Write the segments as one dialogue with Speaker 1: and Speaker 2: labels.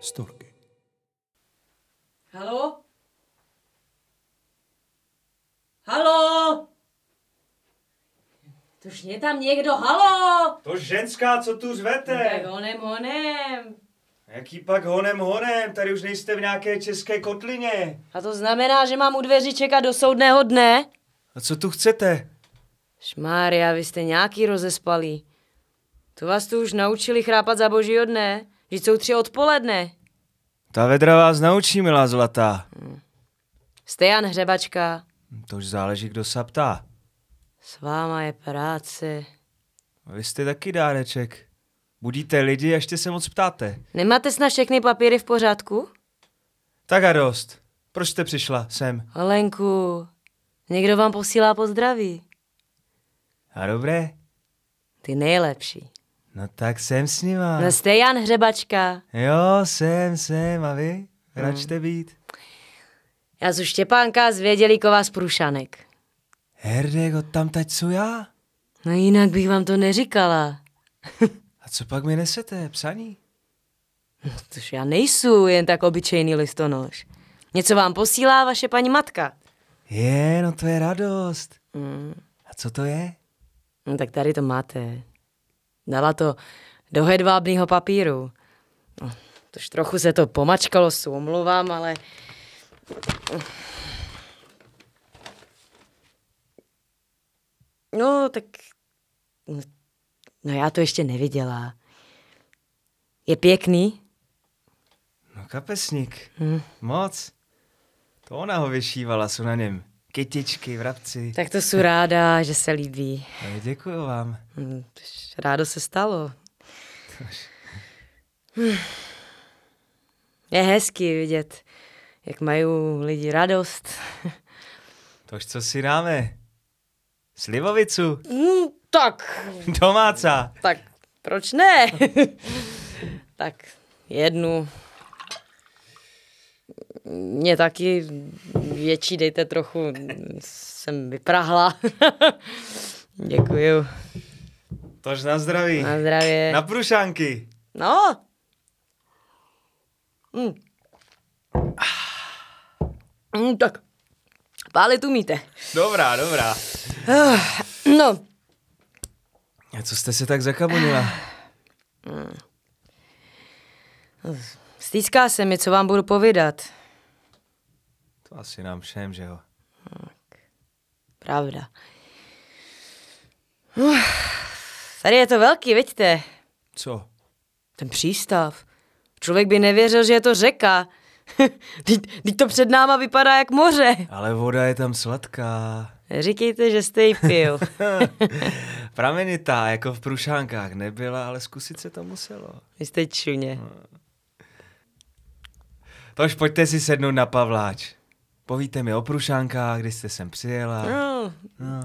Speaker 1: storky.
Speaker 2: Halo? Halo? Tož je tam někdo, halo?
Speaker 3: To ženská, co tu zvete?
Speaker 2: Tak onem, onem.
Speaker 3: Jaký pak honem honem, tady už nejste v nějaké české kotlině.
Speaker 2: A to znamená, že mám u dveří čekat do soudného dne?
Speaker 3: A co tu chcete?
Speaker 2: Šmária, vy jste nějaký rozespalý. To vás tu už naučili chrápat za božího dne, že jsou tři odpoledne.
Speaker 3: Ta vedra vás naučí, milá zlatá.
Speaker 2: Jste Jan Hřebačka,
Speaker 3: To už záleží, kdo se ptá.
Speaker 2: s váma je práce.
Speaker 3: Vy jste taky dáreček. Budíte lidi, ještě se moc ptáte.
Speaker 2: Nemáte snad všechny papíry v pořádku?
Speaker 3: Tak a dost. Proč jste přišla sem?
Speaker 2: Lenku, někdo vám posílá pozdraví.
Speaker 3: A dobré?
Speaker 2: Ty nejlepší.
Speaker 3: No tak jsem s nima.
Speaker 2: No jste Jan Hřebačka.
Speaker 3: Jo, jsem, jsem. A vy? Račte být.
Speaker 2: Já z Štěpánka z Vědělíkova z Průšanek.
Speaker 3: Herdek, od tam tať co já?
Speaker 2: No jinak bych vám to neříkala.
Speaker 3: A co pak mi nesete? Psaní?
Speaker 2: Což já nejsou jen tak obyčejný listonož. Něco vám posílá vaše paní matka.
Speaker 3: Je, no to je radost.
Speaker 2: Mm.
Speaker 3: A co to je?
Speaker 2: No tak tady to máte. Dala to do hedvábného papíru. No, Tož trochu se to pomačkalo, s omluvám, ale... No, tak... no, No já to ještě neviděla. Je pěkný?
Speaker 3: No kapesník.
Speaker 2: Hm.
Speaker 3: Moc. To ona ho vyšívala, jsou na něm kytičky, vrabci.
Speaker 2: Tak to jsou ráda, že se líbí.
Speaker 3: No, děkuju vám.
Speaker 2: Hm, tož Rádo se stalo. Hm. Je hezký vidět, jak mají lidi radost.
Speaker 3: Tož co si dáme? Slivovicu.
Speaker 2: Hm, tak,
Speaker 3: Domáca.
Speaker 2: tak, proč ne? tak, jednu. Mě taky větší dejte trochu, jsem vyprahla. Děkuju.
Speaker 3: Tož na zdraví.
Speaker 2: Na zdravě.
Speaker 3: Na prušánky.
Speaker 2: No. Mm. Mm, tak, pálit umíte.
Speaker 3: Dobrá, dobrá.
Speaker 2: No,
Speaker 3: A co jste se tak zakabunila?
Speaker 2: stýská se mi, co vám budu povídat.
Speaker 3: To asi nám všem, že jo.
Speaker 2: Pravda. Uf, Tady je to velký, vidíte,
Speaker 3: Co?
Speaker 2: ten přístav. Člověk by nevěřil, že je to řeka. Teď teď to před náma vypadá jak moře.
Speaker 3: Ale voda je tam sladká.
Speaker 2: Říkejte, že jste ji pil.
Speaker 3: Pramenitá, jako v prušánkách nebyla, ale zkusit se to muselo.
Speaker 2: Vy jste čuně.
Speaker 3: No. Tož pojďte si sednout na Pavláč. Povíte mi o prušánkách, kdy jste sem přijela.
Speaker 2: No,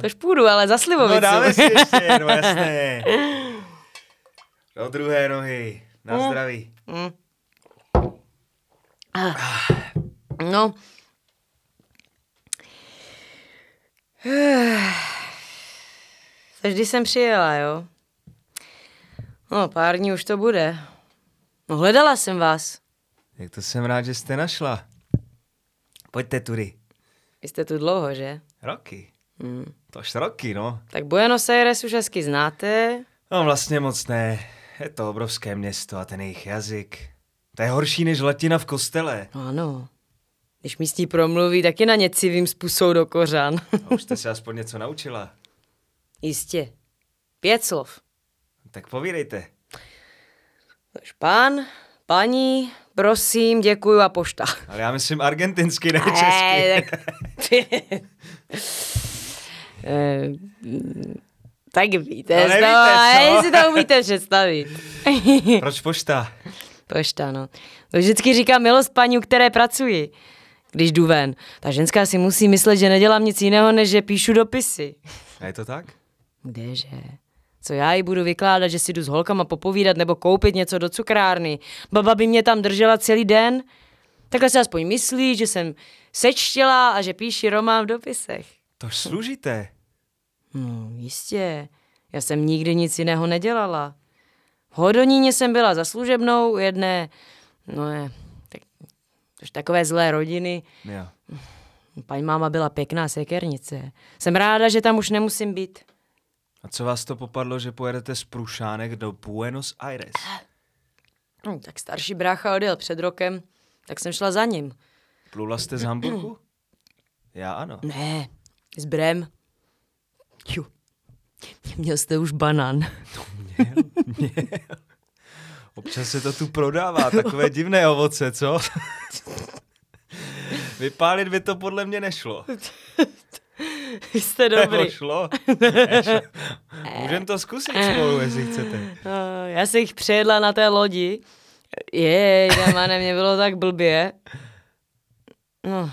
Speaker 2: tož půjdu, ale za slivovicu.
Speaker 3: No dáme si ještě, no jasné. Do druhé nohy, na zdraví.
Speaker 2: Mm. Ah. No. Takže když jsem přijela, jo. No, pár dní už to bude. No, hledala jsem vás.
Speaker 3: Jak to jsem rád, že jste našla. Pojďte tudy.
Speaker 2: Vy jste tu dlouho, že?
Speaker 3: Roky.
Speaker 2: Hmm.
Speaker 3: Tož roky, no.
Speaker 2: Tak Buenos Aires už hezky znáte.
Speaker 3: No vlastně moc ne. Je to obrovské město a ten jejich jazyk. To je horší než latina v kostele.
Speaker 2: No ano. Když místní promluví, taky na ně civým způsobem do kořán.
Speaker 3: A už jste se aspoň něco naučila.
Speaker 2: Jistě. Pět slov.
Speaker 3: Tak povídejte.
Speaker 2: Takže pán, paní, prosím, děkuju a pošta.
Speaker 3: Ale já myslím argentinsky, ne česky.
Speaker 2: Eh, tak... Eh, mm, tak víte,
Speaker 3: No,
Speaker 2: no,
Speaker 3: nevíte, co?
Speaker 2: jestli to umíte představit.
Speaker 3: Proč pošta?
Speaker 2: Pošta, no. To vždycky říká milost paní, u které pracuji, když jdu ven. Ta ženská si musí myslet, že nedělám nic jiného, než že píšu dopisy.
Speaker 3: A je to tak?
Speaker 2: Kdeže? Co já jí budu vykládat, že si jdu s holkama popovídat nebo koupit něco do cukrárny? Baba by mě tam držela celý den? Takhle se aspoň myslí, že jsem sečtěla a že píši román v dopisech.
Speaker 3: Tož služíte.
Speaker 2: No, jistě. Já jsem nikdy nic jiného nedělala. V Hodoníně jsem byla za služebnou u jedné No je, tak, už takové zlé rodiny.
Speaker 3: Jo.
Speaker 2: Paní máma byla pěkná sekernice. Jsem ráda, že tam už nemusím být.
Speaker 3: A co vás to popadlo, že pojedete z Prušánek do Buenos Aires?
Speaker 2: Hm, Tak starší brácha odjel před rokem, tak jsem šla za ním.
Speaker 3: Plula jste z Hamburgu? Já ano.
Speaker 2: Ne, s Brem. Ju, měl jste už banán.
Speaker 3: Měl, měl. Občas se to tu prodává, takové divné ovoce, co? Vypálit by to podle mě nešlo.
Speaker 2: Vy jste
Speaker 3: Nebo
Speaker 2: dobrý.
Speaker 3: šlo? Můžeme to zkusit spolu, jestli chcete.
Speaker 2: Eh, Já se jich přejedla na té lodi. Jej, Damane, mě bylo tak blbě. No,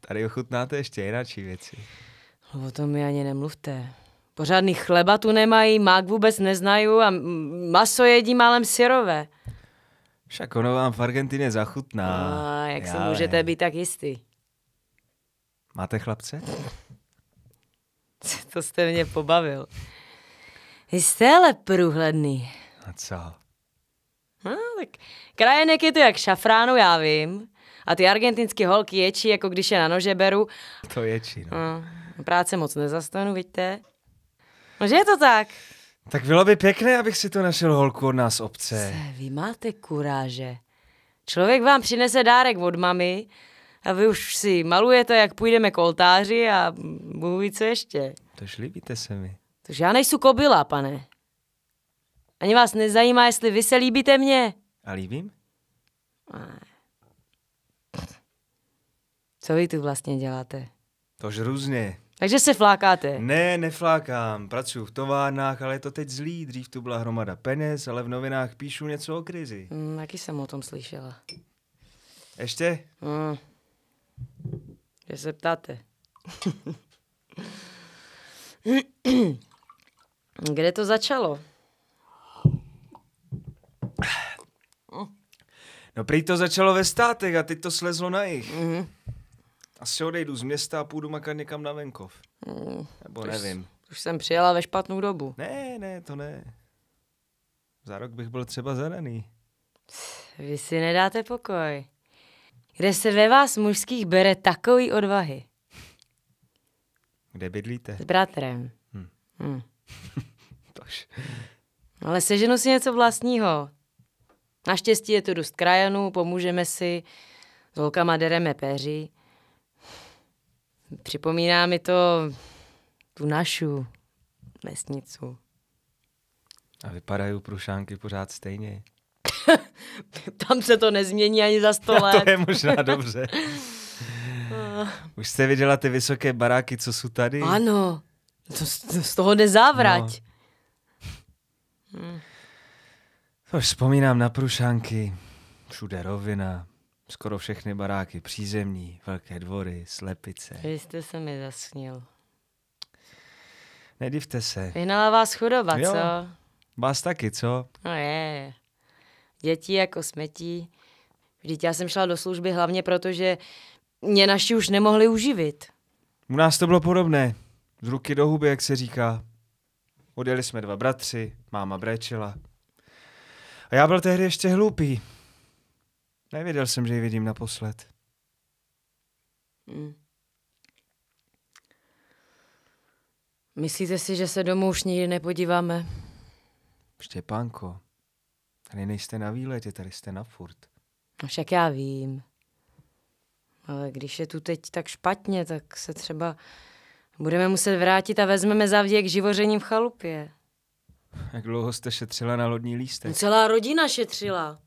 Speaker 3: Tady ochutnáte ještě jináčí věci.
Speaker 2: o tom mi ani nemluvte. Pořádný chleba tu nemají, mák vůbec neznají a m- maso jedí málem syrové.
Speaker 3: Však ono vám v Argentině zachutná.
Speaker 2: A, jak si
Speaker 3: Já
Speaker 2: můžete
Speaker 3: vím.
Speaker 2: být tak jistý?
Speaker 3: Máte chlapce?
Speaker 2: To jste mě pobavil. Vy jste ale průhledný.
Speaker 3: A co?
Speaker 2: No, tak krajenek je to jak šafránu, já vím. A ty argentinské holky ječí, jako když je na nože beru.
Speaker 3: To je čino.
Speaker 2: No, práce moc nezastanu, vidíte? No, že je to tak?
Speaker 3: Tak bylo by pěkné, abych si tu našel holku od nás obce.
Speaker 2: Se, vy máte kuráže. Člověk vám přinese dárek od mamy a vy už si malujete, jak půjdeme k oltáři a Bůh ví, co ještě.
Speaker 3: To líbíte se mi.
Speaker 2: Tož já nejsou kobila, pane. Ani vás nezajímá, jestli vy se líbíte mně.
Speaker 3: A líbím?
Speaker 2: Co vy tu vlastně děláte?
Speaker 3: Tož různě.
Speaker 2: Takže se flákáte.
Speaker 3: Ne, neflákám. Pracuji v továrnách, ale je to teď zlý. Dřív tu byla hromada peněz, ale v novinách píšu něco o krizi.
Speaker 2: Hm, taky jsem o tom slyšela.
Speaker 3: Ještě?
Speaker 2: Hm. Že se ptáte. Kde to začalo?
Speaker 3: No prý to začalo ve státech a teď to slezlo na jich. Mm-hmm.
Speaker 2: Hmm,
Speaker 3: Asi odejdu z města a půjdu makat někam na venkov.
Speaker 2: Hm,
Speaker 3: Nebo
Speaker 2: To jsi-
Speaker 3: nevím.
Speaker 2: Už jsem přijela ve špatnou dobu.
Speaker 3: Ne, ne, to ne. Za rok bych byl třeba zadaný.
Speaker 2: Vy si nedáte pokoj. Kde se ve vás mužských bere takový odvahy?
Speaker 3: Kde bydlíte?
Speaker 2: S bratrem. Hm.
Speaker 3: Tož.
Speaker 2: Ale seženu si něco vlastního. Naštěstí je tu dost krajanů, pomůžeme si, s holkama dereme peří. Připomíná mi to tu našu vesnicu.
Speaker 3: A vypadají prušánky pořád stejně.
Speaker 2: Tam se to nezmění ani za sto
Speaker 3: A
Speaker 2: let. Ah.
Speaker 3: to je možná dobře. Už jste viděla ty vysoké baráky, co jsou tady?
Speaker 2: Ano, to, z- to z toho
Speaker 3: No.
Speaker 2: nezávrať.
Speaker 3: To už vzpomínám na prušánky. Všude rovina, skoro všechny baráky přízemní, velké dvory, slepice.
Speaker 2: Vy jste se mi zasnil.
Speaker 3: Nedivte se.
Speaker 2: Vyhnala vás chudoba,
Speaker 3: Jo.
Speaker 2: co?
Speaker 3: Vás taky, co?
Speaker 2: No je. Děti jako smetí. Vždyť já jsem šla do služby hlavně proto, že mě naši už nemohli uživit.
Speaker 3: U nás to bylo podobné. Z ruky do huby, jak se říká. Odjeli jsme dva bratři, máma brečela. A já byl tehdy ještě hloupý. Nevěděl jsem, že ji vidím naposled.
Speaker 2: Myslíte si, že se domů už nikdy nepodíváme?
Speaker 3: Štěpánko, tady nejste na výletě, tady jste na furt.
Speaker 2: No však já vím. Ale když je tu teď tak špatně, tak se třeba budeme muset vrátit a vezmeme závěk živořením v chalupě.
Speaker 3: Jak dlouho jste šetřila na lodní
Speaker 2: No
Speaker 3: lístek?
Speaker 2: celá rodina šetřila.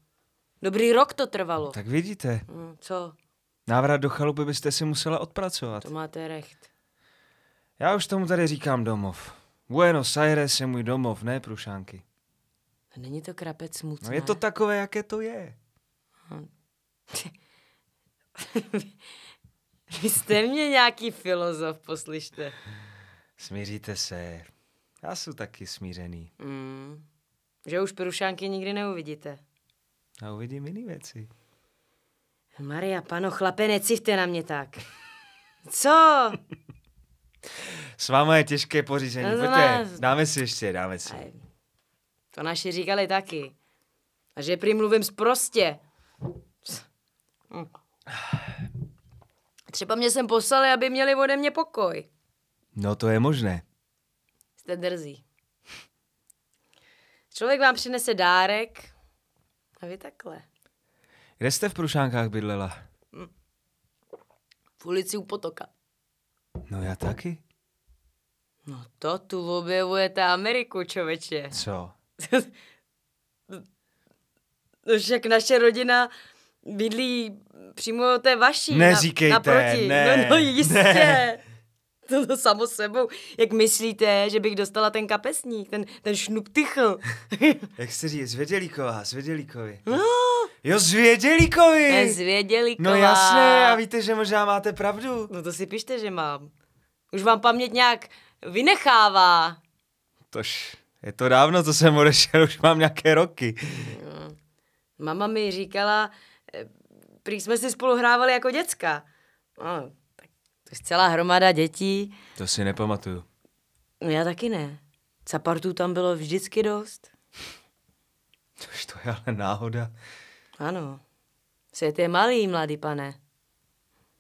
Speaker 2: Dobrý rok to trvalo.
Speaker 3: Tak vidíte,
Speaker 2: Hm, Co?
Speaker 3: návrat do chalupy byste si musela odpracovat.
Speaker 2: To máte recht.
Speaker 3: Já už tomu tady říkám domov. Buenos Aires je můj domov, ne Prušánky.
Speaker 2: A Není to krapec smutné?
Speaker 3: No je to takové, jaké to je.
Speaker 2: Vy jste mě nějaký filozof, poslyšte.
Speaker 3: Smíříte se. Já jsem taky smířený.
Speaker 2: Mm. Že už perušánky nikdy neuvidíte.
Speaker 3: A uvidím jiné věci.
Speaker 2: Maria, pano, chlape, necivte na mě tak. Co?
Speaker 3: S váma je těžké pořízení.
Speaker 2: No to
Speaker 3: Pojďte,
Speaker 2: vás-
Speaker 3: dáme si ještě, dáme si.
Speaker 2: Aj, To naši říkali taky. A že prý mluvím zprostě. Hm. Třeba mě sem poslali, aby měli ode mě pokoj.
Speaker 3: No to je možné.
Speaker 2: Jste drzí. Člověk vám přinese dárek a vy takhle.
Speaker 3: Kde jste v Prušánkách bydlela?
Speaker 2: V ulici u potoka.
Speaker 3: No já taky.
Speaker 2: No to tu objevujete Ameriku, čověče.
Speaker 3: Co?
Speaker 2: No Však naše rodina bydlí přímo té vaší.
Speaker 3: Neříkejte,
Speaker 2: na, naproti.
Speaker 3: ne,
Speaker 2: No, no jistě.
Speaker 3: ne.
Speaker 2: To, to samo sebou. Jak myslíte, že bych dostala ten kapesník, ten, ten šnuptychl?
Speaker 3: Jak se říct, zvědělíková, zvědělíkovi. Jo, zvědělíkovi!
Speaker 2: Zvědělíková.
Speaker 3: No jasně, a víte, že možná máte pravdu.
Speaker 2: No to si pište, že mám. Už vám paměť nějak vynechává.
Speaker 3: Tož je to dávno, co jsem odešel, už mám nějaké roky.
Speaker 2: Mama mi říkala, eh, prý jsme si spolu hrávali jako děcka. No, tak to je celá hromada dětí.
Speaker 3: To si nepamatuju.
Speaker 2: No já taky ne. Capartů tam bylo vždycky dost.
Speaker 3: Tož to je ale náhoda.
Speaker 2: Ano. Svět je malý, mladý pane.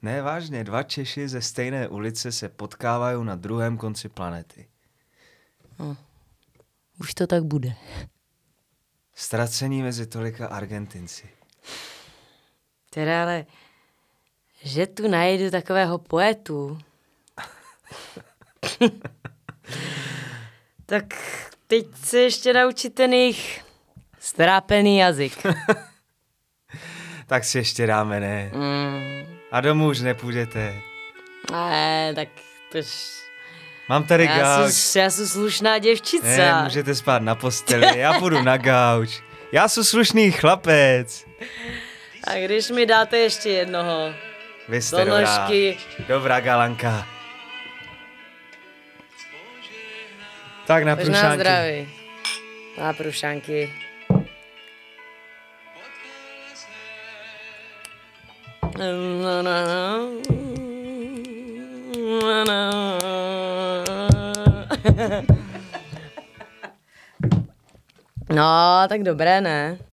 Speaker 3: Ne, vážně, dva Češi ze stejné ulice se potkávají na druhém konci planety.
Speaker 2: Už to tak bude.
Speaker 3: Ztracení mezi tolika Argentinci.
Speaker 2: Teda ale, že tu najdu takového poetu. tak teď se ještě naučit ten jejich strápený jazyk.
Speaker 3: Tak si ještě dáme, ne?
Speaker 2: Mm,
Speaker 3: A domů už nepůjdete.
Speaker 2: ne, tak tož...
Speaker 3: Mám tady
Speaker 2: Já
Speaker 3: gauč.
Speaker 2: jsem, já jsem slušná děvčica.
Speaker 3: Ne, Eh, můžete spát na posteli, já půjdu na gauč. Já jsem slušný chlapec.
Speaker 2: A když mi dáte ještě jednoho.
Speaker 3: Vy jste
Speaker 2: Do
Speaker 3: dobrá.
Speaker 2: nožky.
Speaker 3: Dobrá galanka. Tak na
Speaker 2: Už na
Speaker 3: prušánky.
Speaker 2: zdraví. Na prušanky. No, tak dobré, ne?